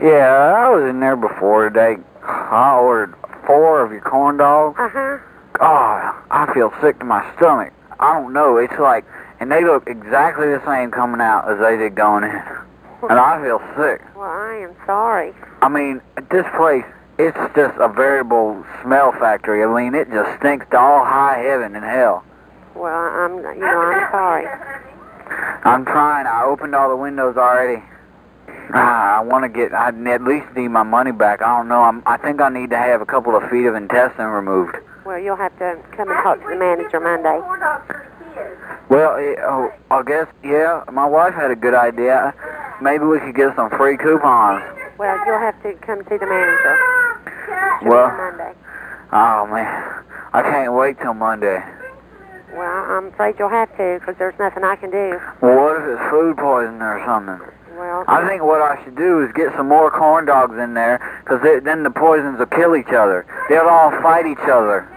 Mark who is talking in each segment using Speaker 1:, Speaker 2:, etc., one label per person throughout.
Speaker 1: Yeah, I was in there before today. I ordered four of your corn dogs.
Speaker 2: Uh huh.
Speaker 1: Oh, I feel sick to my stomach. I don't know. It's like, and they look exactly the same coming out as they did going in. And I feel sick.
Speaker 2: Well, I am sorry.
Speaker 1: I mean, this place, it's just a variable smell factory. I mean, it just stinks to all high heaven and hell.
Speaker 2: Well, I- I'm, you know, I'm sorry.
Speaker 1: I'm trying. I opened all the windows already. Ah, I want to get. I at least need my money back. I don't know. I'm, I think I need to have a couple of feet of intestine removed.
Speaker 2: Well, you'll have to come and talk to the manager Monday.
Speaker 1: Well, eh, oh, I guess yeah. My wife had a good idea. Maybe we could get some free coupons.
Speaker 2: Well, you'll have to come see the manager. Should be
Speaker 1: Well-
Speaker 2: Monday.
Speaker 1: Oh man, I can't wait till Monday.
Speaker 2: Well, I'm afraid you'll have to because there's nothing I can do.
Speaker 1: Well, what if it's food poisoning or something?
Speaker 2: Well,
Speaker 1: I think what I should do is get some more corn dogs in there, cause they, then the poisons will kill each other. They'll all fight each other.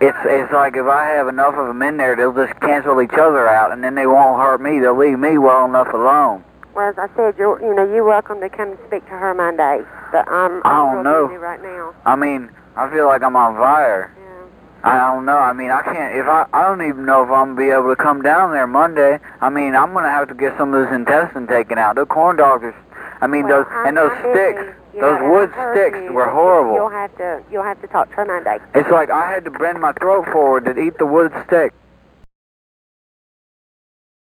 Speaker 1: It's it's like if I have enough of them in there, they'll just cancel each other out, and then they won't hurt me. They'll leave me well enough alone.
Speaker 2: well, as I said, you're, you know, you're welcome to come and speak to her Monday. But I'm,
Speaker 1: I
Speaker 2: I'm
Speaker 1: don't
Speaker 2: real
Speaker 1: know.
Speaker 2: busy right now.
Speaker 1: I mean, I feel like I'm on fire.
Speaker 2: Yeah.
Speaker 1: I don't know. I mean, I can't. If I, I don't even know if I'm gonna be able to come down there Monday. I mean, I'm gonna have to get some of this intestine taken out. The corn dogs are. I mean,
Speaker 2: Well,
Speaker 1: those
Speaker 2: I'm-
Speaker 1: and those
Speaker 2: I'm
Speaker 1: sticks,
Speaker 2: busy, you know,
Speaker 1: those
Speaker 2: and
Speaker 1: wood
Speaker 2: I heard
Speaker 1: sticks
Speaker 2: you,
Speaker 1: were
Speaker 2: but
Speaker 1: horrible.
Speaker 2: You'll have to, you'll have to talk to her Monday.
Speaker 1: It's like I had to bend my throat forward to eat the wood stick.